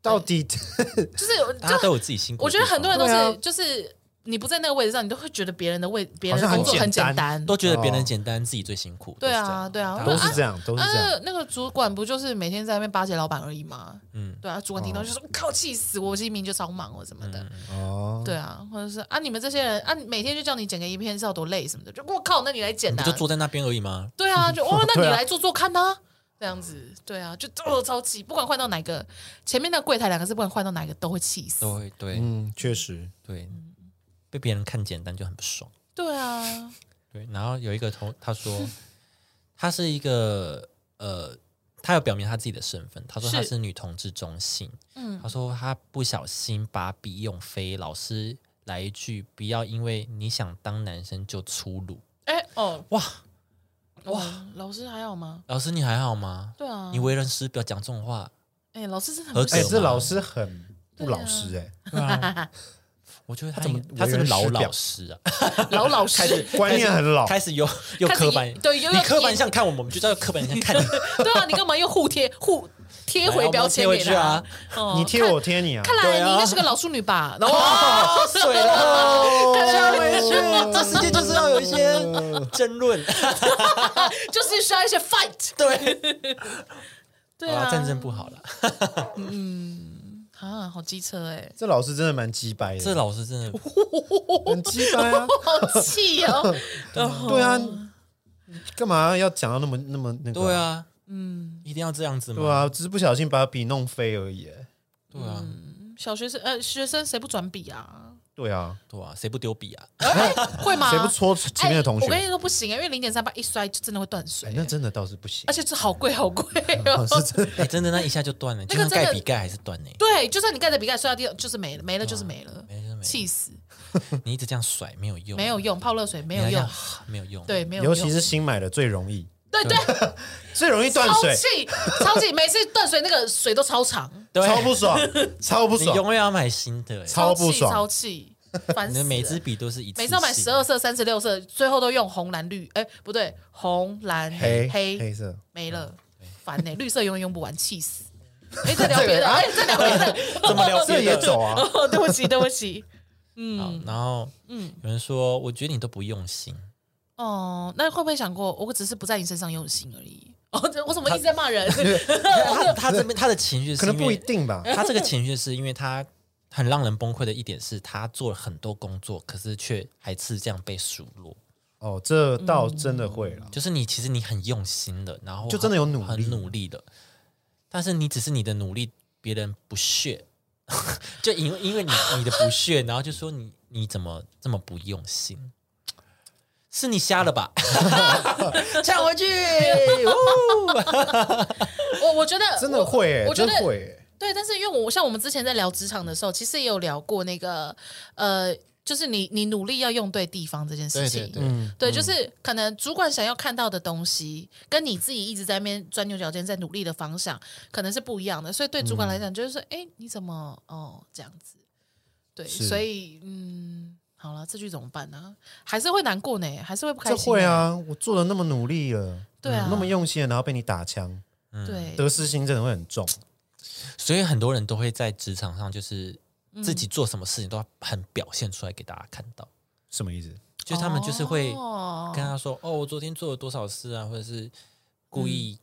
到底就是有大就家都有自己辛苦我的地觉方。得很多人都啊对啊是就是你不在那个位置上，你都会觉得别人的位别好人的像工作很很简简单单。都觉得别人哦简单，自己最辛苦。对都是这啊，样，对啊，都是这样，都是啊。这那样。个那个主管不就是每天在那边巴结老板而已吗？嗯，对啊，主管听到就说：“我靠，气死我！我今天明明就超忙，我什么的。嗯哦，对啊，或者是啊，你们这些人啊，每天就叫你剪个影片是要多累什么的，就我靠，那你来剪你呐、不就坐在那边而已吗？对 啊，就哦，那你对啊来做做看呐、这样子，对啊，就哦超气，不管换到哪个，前面那柜台两个字，不管换到哪个都会气死。对对嗯，确实，对，嗯被别人看简单就很不爽。对啊，对，然后有一个同他说，他是一个呃，他有表明他自己的身份，他说他是是女同志中性，嗯他说他不小心把笔用飞，老师来一句不要因为你想当男生就粗鲁，哎、哦，哇哇、老师还好吗？老师你还好吗？对啊你，为人师表讲这种话，哎、老师真的很合不格哎，吗行这老师很不老实哎，对 啊，我觉得他他怎么应他为是不人是老师老表师 啊？老老师，哎观念很老，开始有有开始刻一板，对又你要刻板贴印象看我们，我们就叫刻板印象看你对啊，你干嘛又互贴互贴来我回们标贴签回给去他？啊哦你贴我贴你啊，看来对你啊应该是个老处女吧？ 哦，水了，哦看来这世界就是要有一些争论。 就是需要一些 fight。对，对啊，战争不好了。啊，好机车哎、这老师真的蛮鸡掰这的，老师真的，啊很鸡掰啊， 好气 哦！ 对啊，干嘛要讲到那么那么那个？对，啊，嗯，一定要这样子吗？对，啊，只是不小心把笔弄飞而已哎，对啊，小学生呃，学生谁不转笔 啊？哎对啊，对啊，谁不丢笔啊？会吗？谁不戳前面的同哎我跟你学？说不行啊，因为零点三八一摔就真的会断哎水，，欸那真的倒是不行而，且这好贵好贵 哦。是真的。哎，真的那一下就断了，就那像个真的盖笔盖还是断呢。对，就算你盖着笔盖摔到地上，就是啊没了，没了就是没了，没了没了气死，你一直这样甩没有用，啊没有用，泡热水没你有还这用样，，没有用。啊对，没有用，尤其是新买的最容易，对对，最容易 断超水，气超气，每次断水那个水都超长，对，超 不爽，超不你爽。永远要买新的，哎超不气爽超气，烦你死的了。每支笔都是一次性，每次要买十二色、三十六色，最后都用红、蓝、绿，哎，不对，红、蓝、黑黑黑嗯色，没了，烦呢、绿色永远用不完，气 死！哎，再聊别的，哎，再聊别的，怎么聊？这也走啊？哦，对不起，对不起。 好，然后嗯，有人说，我觉得你都不用 心，哦，那会不会想过，我只是不在你身上用心而已？哦，这我怎么一直在骂 人？他他这边他的情绪是可能因不一为 定吧。 他这个情绪是因为他很让人崩溃的一点是他做了很多工作，可是却还是这样被数落。哦，这倒真的会了。就是你其实你很用心的，然后就真的有努力很努力的，但是你只是你的努力，别人不屑， 就因为因为你你的不屑，然后就说你你怎么这么不用心？是你瞎了吧？ 抢回去！我我觉得真的会欸、呃我我觉真得的会欸、对，但是因为我像我们之前在聊职场的时候，其实也有聊过那个呃，就是你你努力要用对地方这件事情。对嗯，对就是可能主管想要看到的东西，跟你自己一直在那边钻牛角尖、在努力的方向，可能是不一样的。所以对主管来嗯讲，就是说，哎、你怎么哦这样子？对，是所以嗯，好了，这句怎么办呢、还是会难过呢，还是会不开这心。会，啊！我做的那么努力了，对啊嗯那么用心了，然后被你打枪，对，嗯得失心真的会很重。所以很多人都会在职场上，就是自己做什么事情都要很表现出来给大家看到，什么意思？就是他们就是会哦跟他说：“哦，我昨天做了多少事啊，或者是故意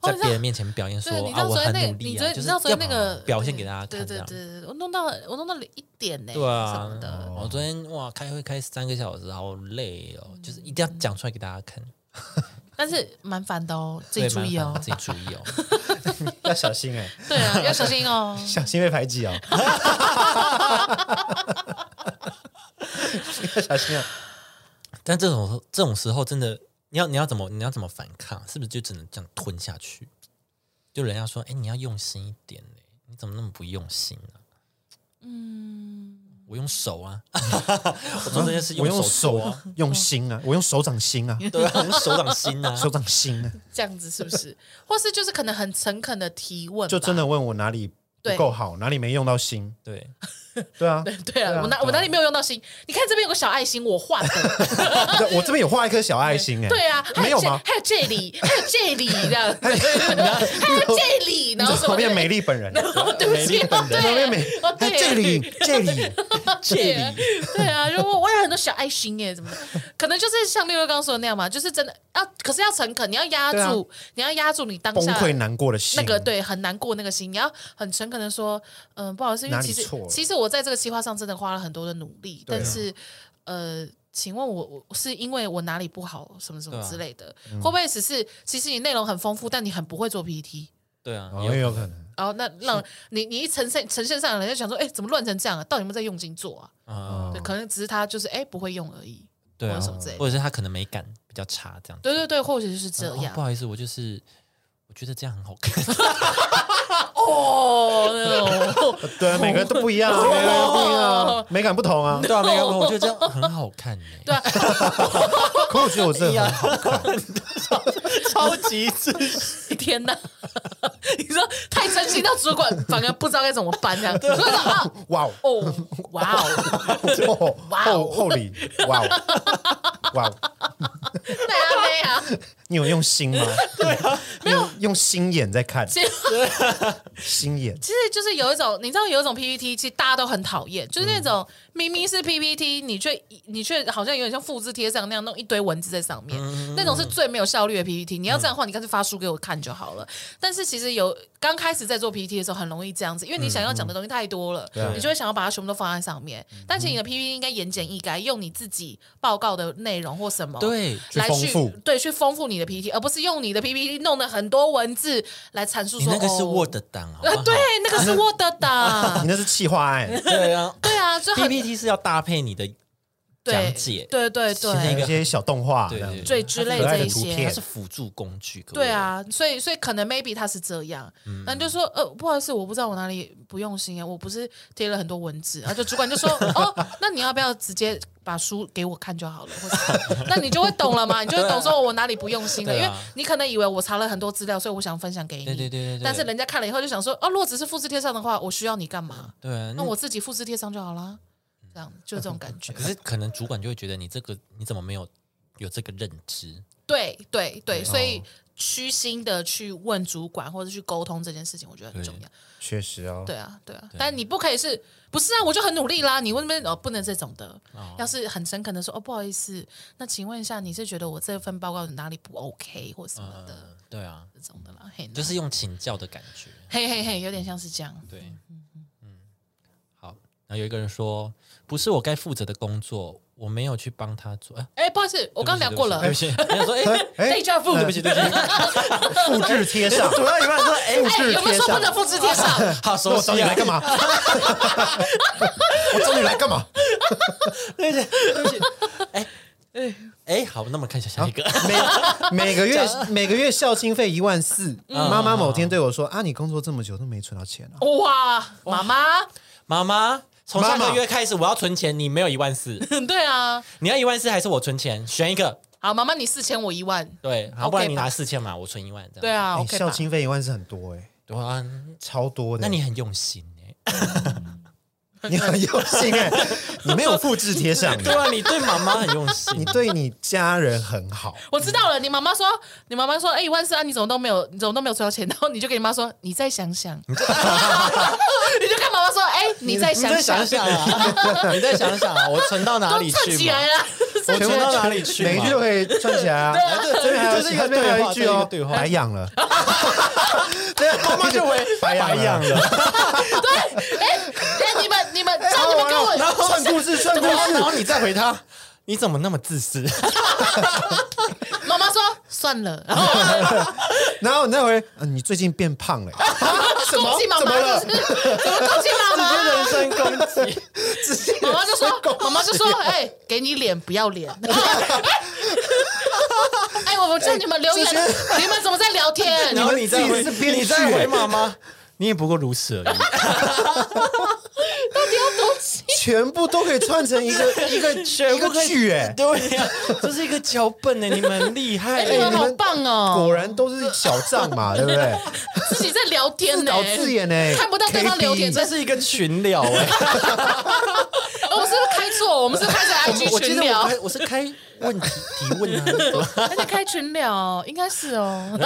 哦在你知道别人面前表现说、对，你知啊，道我昨天很那个，努你力昨啊，就天你是知道昨要天那个把表现给大家对看，这对样。”对，对我弄到了，我弄到了一点呢，对啊什么的，我昨天哇开会开三个小时，好累哦，嗯就是一定要讲出来给大家看，但是蛮烦的哦，自对，己注意麻哦烦， 自己注意哦。 要小心哎、对啊，要小心 哦。小心被排 挤哦！ 要小心啊！但这种这种时候，真的你要你要怎么你要怎么反抗？是不是就只能这样吞下去？就人家说，哎，你要用心一点嘞，你怎么那么不用心呢、嗯，我用手啊， 我做这件事我用手手做啊，用心啊，我用手掌心嗯啊，对啊，手掌心啊， 手掌心啊，这样子是不是？或是就是可能很诚恳的提问吧，就真的问我哪里不对够好，哪里没用到心？对，对啊，对啊，我哪我哪里没有用到心？你看这边有个小爱心，我画 的。对我这边有画一颗小爱心哎，对啊，还没有这吗？还有这里，还有这里 这样，还有这里，然后什么旁边美丽本人，哦，对不起，哦对，旁边美哎哦对，这里这里这 里，对啊，就我我有很多小爱心耶，怎么的可能就是像六六刚说的那样嘛，就是真的要，可是要诚恳，你要压对啊住，你要压住你当崩下溃难过的心，那个对很难过那个心，你要很诚恳的说，嗯、不好意思，因哪为里其实错了其实我在这个计划上真的花了很多的努力，对啊但是呃，请问我我是因为我哪里不好什么什么对啊之类的，嗯会不会只是其实你内容很丰富，但你很不会做 PPT？对啊，哦，也有也有可能，然后那让你你一呈现呈现上来，人家想说，哎、怎么乱成这样啊？到底有没有在用心做啊？啊，哦对，可能只是他就是哎、不会用而已，对啊或者什么之类的或者是他可能美感比较差这样子。对对对，或许是这哦样不。好意思，我就是我觉得这样很好看，哦，那种对啊，每个人都 不一样啊，每个人都不一样啊，美感不同哦啊。对啊，没有，我觉得这样很好看欸 耶，对啊，可我觉得我真的很 好，超级自天哪！你说太生气到主管反而不知道该怎么办这样，所以说啊，哇哦，哦，哇哦，哦 哇哦厚厚礼，哇哦， 哇哦，对啊对啊，你有用心 吗？对啊，没有用心眼在看，其实心眼其实就是有一种，你知道有一种 PPT，其实大家都很讨厌，就是那种明明是 PPT，你却你却好像有点像复制贴上那样弄一堆文字在上面，那种是最没有效率的 PPT。你要这样的话，你干脆发书给我看就好了。但是其实有刚开始在做 PPT 的时候，很容易这样子，因为你想要讲的东西太多了，对你就会想要把它全部都放在上面。但其实你的 PPT 应该言简意赅，用你自己报告的内容或什么。对，去来丰去富对去丰富你的 PPT，而不是用你的 PPT 弄得很多文字来阐述你说那个是哦 Word 档，好不啊，好对，，那个是 Word 你档， 那是气化案，对啊 对啊，就很，PPT 是要搭配你的对讲解，对对那还个对有一些小动画这对样对子，对之类可爱这的一图些它片，是辅助工具，各位对，啊，所以所以可能 maybe 他是这样，嗯那你就说呃不好意思，我不知道我哪里不用心啊，我不是贴了很多文字，然后就主管 就说哦，那你要不要直接把书给我看就好了，或者那你就会懂了嘛，你就会懂说我哪里不用心了，因对啊为你可能以为我查了很多资料，所以我想分享给你，对对对对对但是人家看了以后就想说哦，如果只是复制贴上的话，我需要你干嘛？对啊，那我自己复制贴上就好啦。嗯这样就这种感 觉可，是可能主管就会觉得你这个你怎么没有有这个认知？对对对，所哦以虚心的去问主管或者去沟通这件事情，我觉得很重要。确实哦，对啊，对啊，但你不可以是不是啊？我就很努力啦，你为什么哦不能这种的？哦要是很诚恳的说哦，不好意思，那请问一下，你是觉得我这份报告哪里不 OK 或什么的、嗯，对啊，这种的啦？嘿，就是用请教的感觉。嘿嘿嘿，有点像是这样。对，嗯，好。然后有一个人说，不是我该负责的工作，我没有去帮他做。哎，哎，不好意思，我刚聊过了对。不起，对不起我想说，哎，哎， HR 部对不起，哦对不起，复制贴上，主要一半说哎，复哎，制有没有贴说不上，能复制贴上？好那熟我找悉你啊来，干嘛？ 我找你来干嘛？对不起，对不起，哎。哎，好，那我们看一下下一个。每每个月每个月校经费一万四，嗯妈妈某天对我说：“啊，你工作这么久都没存到钱啊哇，妈妈，妈 妈，从下个妈妈月开始，我要存钱。你没有一万四，对啊，你要一万四还是我存钱？选一个。好，妈妈你四千我一万，对，好，不 OK 然你拿吧四千嘛，我存一万这样。对啊，啊哎，OK 校吧？经费一万是很多哎，对啊，超多的。那你很用心哎。你很用心哎，你没有复制贴 上，对啊，你对妈妈很用心。你对你家人 很好。我知道了，你妈妈说，你妈妈说，哎、一万四啊，你怎么都没有，你怎么都没有存到钱？然后你就跟你妈说，你再想想，你就跟妈妈说，哎、你再想你再想想啊， 你再想想啊，我存到哪都里串去起嘛来？了，我存啊到哪里去嘛？每一句都可以串起来啊！这边还这有是一这个对边还有话一句这哦是一个对，话白养 了。对啊，妈妈就回白养了。了，哎、哎你们你们，这样你们跟我，然后串故事，串故事，然后你再回他，你怎么那么自私？妈妈说算了，然后 然后你再回，嗯，你最近变 胖了，什恭喜妈怎妈，么了就是怎么恭喜妈妈？身攻击，妈妈就说，妈妈就说，哎、给你脸不要脸。哎，我们叫你们留言，你们怎么在聊天？然后你再你回们自己是编，剧欸你再回妈妈，你也不过如此 而已。 全部都可以串成一 个一个一不个剧哎、 对呀、这是一个脚本欸呢、你们厉害、欸哎你们你好们棒哦！果然都是小账嘛， 对不对？自己在聊天自呢，导自演呢、看不到对方 KB 留言这是一个群聊哎、哎我们是不是开 错？我们是不是开成我 IG 记群得我聊， 开我是开问题提问啊，还在开群聊，应该是哦。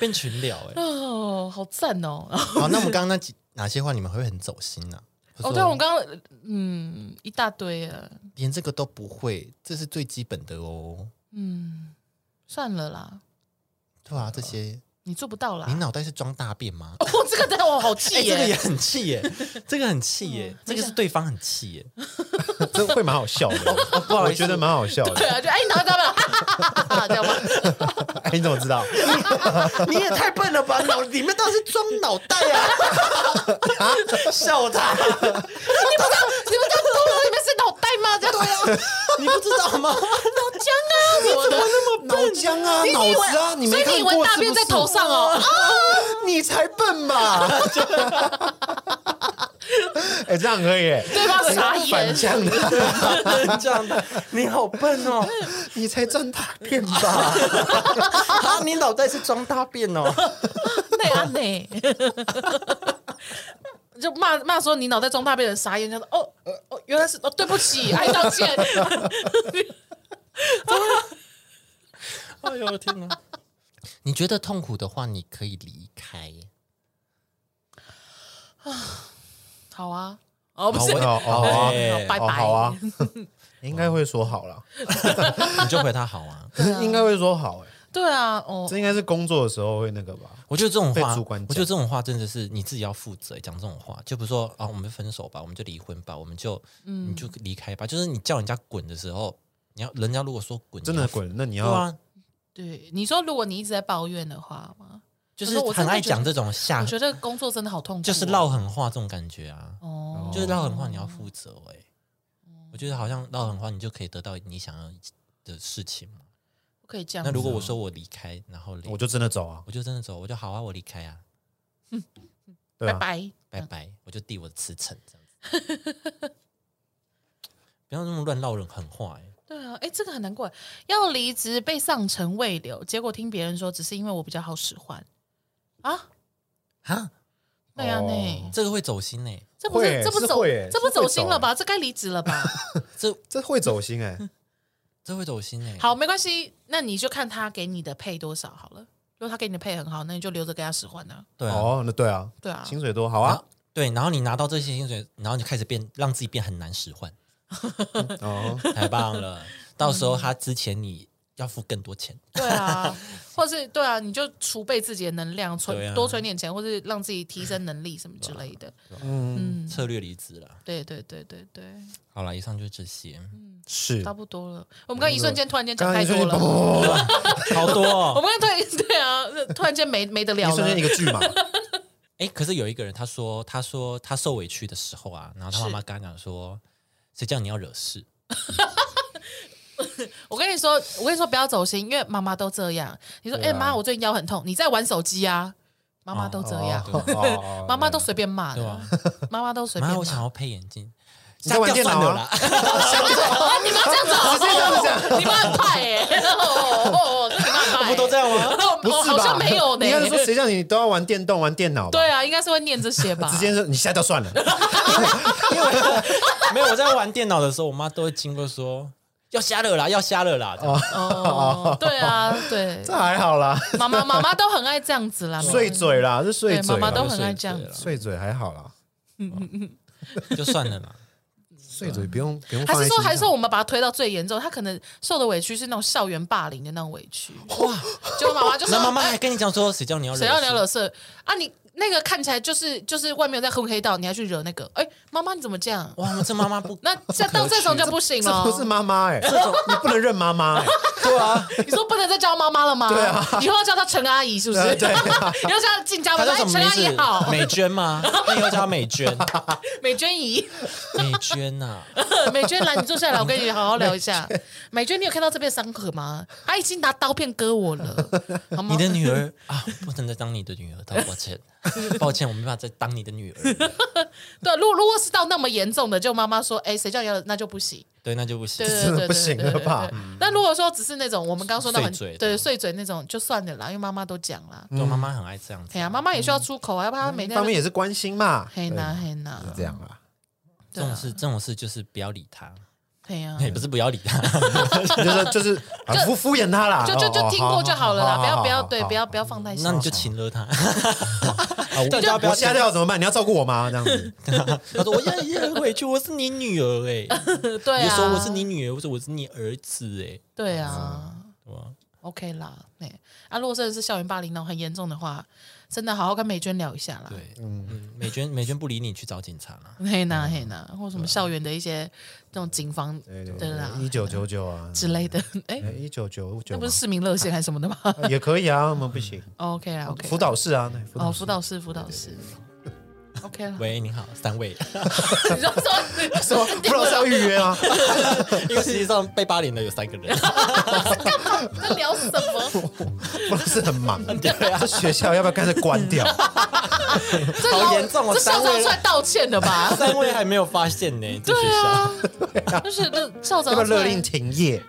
变群聊哎、哦，好赞哦！ 好，那我们刚刚那几哪些话你们会很走心呢、啊？哦，对，我刚刚嗯一大堆啊，连这个都不会，这是最基本的哦，嗯算了啦，对啊，这些你做不到啦你。脑袋是装大便吗？哦，这个对我好气嗯哎、这个也耶！很气耶，这个很气耶，这个是对方很气耶。这会蛮好笑的， 不好意我思觉得蛮好笑对的。啊，就哎，你脑袋了，哈哈 哈啊这样吗？哎，你怎么知道？你也太笨了吧，脑里面当然是装脑袋啊！笑他，你们在头脑里面是脑袋吗？这样对啊，你不知道吗？ 脑浆啊什么的。脑浆啊，脑子啊，你所没以你以看为过大是便不在是？头上哦？ 你才笨 吧？哎，这样可以耶，对吧？傻反眼，向的，这样的，你好笨哦！你才装大便吧？啊，你脑袋是装大便哦！对啊，内。 就骂骂说你脑袋装大便的傻眼，他说哦呃哦，原来是哦，对 不起，爱道歉。哎呦天哪！你觉得痛苦的话，你可以离开。好啊，哦不好是，我好好啊哎好拜哦好拜啊。，你应该会说好了，你就回他好啊！应该会说好哎，对啊，哦这，应该是工作的时候会那个吧？我觉得这种话，被主管讲我觉得这种话真的是你自己要负责讲这种话，就比如说啊，我们分手吧，我们就离婚吧，我们就、嗯你就离开吧。就是你叫人家滚的时候，你要人家如果说滚，真你要的滚，那你对要啊，对，你说如果你一直在抱怨的话嘛，就是可是我真很的爱觉得讲这种下我，觉得工作真的好痛苦哦，啊就是唠狠话这种感觉啊，哦，就是唠狠话你要负责哎、我觉得好像唠狠话，你就可以得到你想要的事情嘛。不可以这样子。啊哦那如果我说我离开，然后嘞我就真的走啊，我就真的走，我就好啊，我离开啊，拜对啊，拜，拜拜，我就递我的辞呈这样子。 不要那么乱唠人狠话哎、对啊，哎，这个很难过。要离职被上层未留，结果听别人说只是因为我比较好使唤啊，哈，对啊，哦那这个会走心哎、这不是会这不是走会耶这不是会走心走了吧？这该离职了吧？这这会走心哎，这会走心哎、好，没关系，那你就看他给你的配多少好了。如果他给你的配很好，那你就留着给他使唤啊。对啊，哦，那对啊，对啊，薪水多好然啊后，对，然后你拿到这些薪水，然后你就开始变，让自己变很难使唤，哦，太棒了。到时候他之前你要付更多钱，对 啊，或是对啊，你就储备自己的能量，对存、啊多存点钱，或是让自己提升能力什么之类 的。嗯，嗯，策略离职了。啊对对对对对，好了，以上就是这些，是差不多了。我们刚刚一瞬间突然间讲刚刚太一瞬多间，了砰，砰砰砰砰好多我哦。 们刚刚突然对啊，突然间没没得砰聊一瞬间一了。个剧嘛，哎，可是有一个人他说，他说他受委屈的时候啊，然后他妈妈跟他讲说，谁叫你要惹事？我跟你说，我跟你说不要走心，因为妈妈都这样。你说，哎、对啊妈，我最近腰很痛，你在玩手机啊？妈妈都这样，哦妈妈都随便骂对的啊，妈妈都随便妈，骂。我想要配眼镜，你在玩删掉电脑算了啦。啊 啊，你妈这样子哦，这样子，你妈很派哎，哦哦哦，这你妈很派欸，不都这样吗？哦？不哦是吧？好像没有呢你。要是说谁叫你都要玩电动、玩电脑吧？对，啊，应该是会念这些吧哦直。接说你下掉算了， 没有，我在玩电脑的时候，我妈都会经过说要瞎了啦，要瞎了啦。这样哦，对啊，对，这还好啦，妈妈妈妈都很爱这样子啦，碎嘴啦，这嗯对碎妈嘴妈啦，都很爱这样子。碎嘴还好啦，就算了啦。碎嘴不用不用还放在是心说，上。还是说我们把它推到最严重？他可能受的委屈是那种校园霸凌的那种委屈。哇，结果妈妈就说哎那：“妈妈还跟你讲说，谁叫你要惹事？谁要聊惹事啊？你那个看起来就是就是外面有在黑黑道，你还去惹那个？哎，妈妈你怎么这样？哇，我们这妈妈不那这到这种就不行这了。不是妈妈哎，你不能认妈妈哎，对啊，你说不能再叫妈妈了吗？对啊，以后要叫她陈阿姨是不是？呃对 啊以后叫她进家他门，叫哎什么陈名阿姨好字？， 美娟吗？那以后叫她美娟，美娟姨， 美娟啊呐、美娟来，你坐下来，我跟你好好聊一下。美娟，你有看到这边的伤口吗？她已经拿刀片割我了，好吗你？的女儿啊，不能再当你的女儿，她抱歉， 抱歉，我没办法再当你的女儿，对，啊如如果是到那么严重的，就妈妈说，哎，谁叫你要，那就不行。对，那就不行 对。对真对的对，不行对对了吧对对那如果说只是那种我们刚刚说到很碎嘴的对碎嘴那种，就算了啦，因为妈妈都讲啦。对我妈妈很爱这样子哎，呀，妈妈也需要出口啊，要不然她每天方面也是关心嘛，黑嗯对呐黑是呐，这样 啦。这对啊种事，这种事就是不要理她， 嘿呀，也不是不要理她，就是就是啊敷敷衍他啦，哦就就就听过就好了啦，不要不要对，不要不要。要放太啊那心你。就请 了她。我到底要不要我吓掉怎么办？你要照顾我吗？这 样子，她说我现在也很委屈，我是你女儿哎、对你就啊，说我是你女儿，我说我是你儿子哎、对啊对吧？ ，OK 啦，哎，啊，如果真的是校园霸凌那种很严重的话，真的好好跟美娟聊一下啦。对，嗯，美娟美娟不理你，去找警察啦。黑呐黑呐，或什么校园的一些那种警方对对啦一九九九啊，之类的，哎，一九九九那不是市民热线还是什么的吗 也可以啊，我们不行。 ？OK 啦，OK，辅导室啊，对，辅哦，导辅室。导室，辅导室，OK 啦。喂，你好，三位， 你就说什 么辅导室要预约啊？因为实际上被霸凌的有三个人，你在聊什 么？哦辅导室很忙， 对啊，这学校要不要干脆关 掉？这老好严重哦这校三位长出来道歉的吧？ 三位还没有发现呢，这学对校。啊，就是那校要长不要出来勒令停业？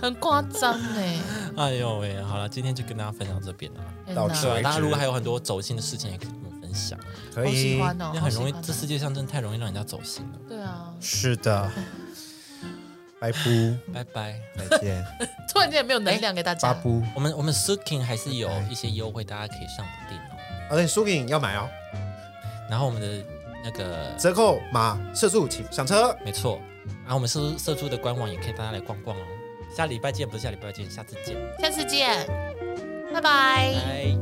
很夸张哎，哎呦喂，好了，今天就跟大家分享这边了。天道哪对歉啊，为止大家如果还有很多走心的事情，也可以跟我们分享，啊可好喜以，欢哦因为，很容易好喜欢哦，这世界上真的太容易让人家走心了。对啊，是的。 拜布，拜拜。再见， 突然间也没有能量给大巴家，布。我们我们 Suking 还是有一些优惠，大家可以上网订哦。而且苏影要买哦，然后我们的那个，折扣码社畜请上车。没错，然后我们社社畜的官网也可以大家来逛逛哦。下礼拜见，不是下礼拜见，下次见，下次见，拜拜。拜。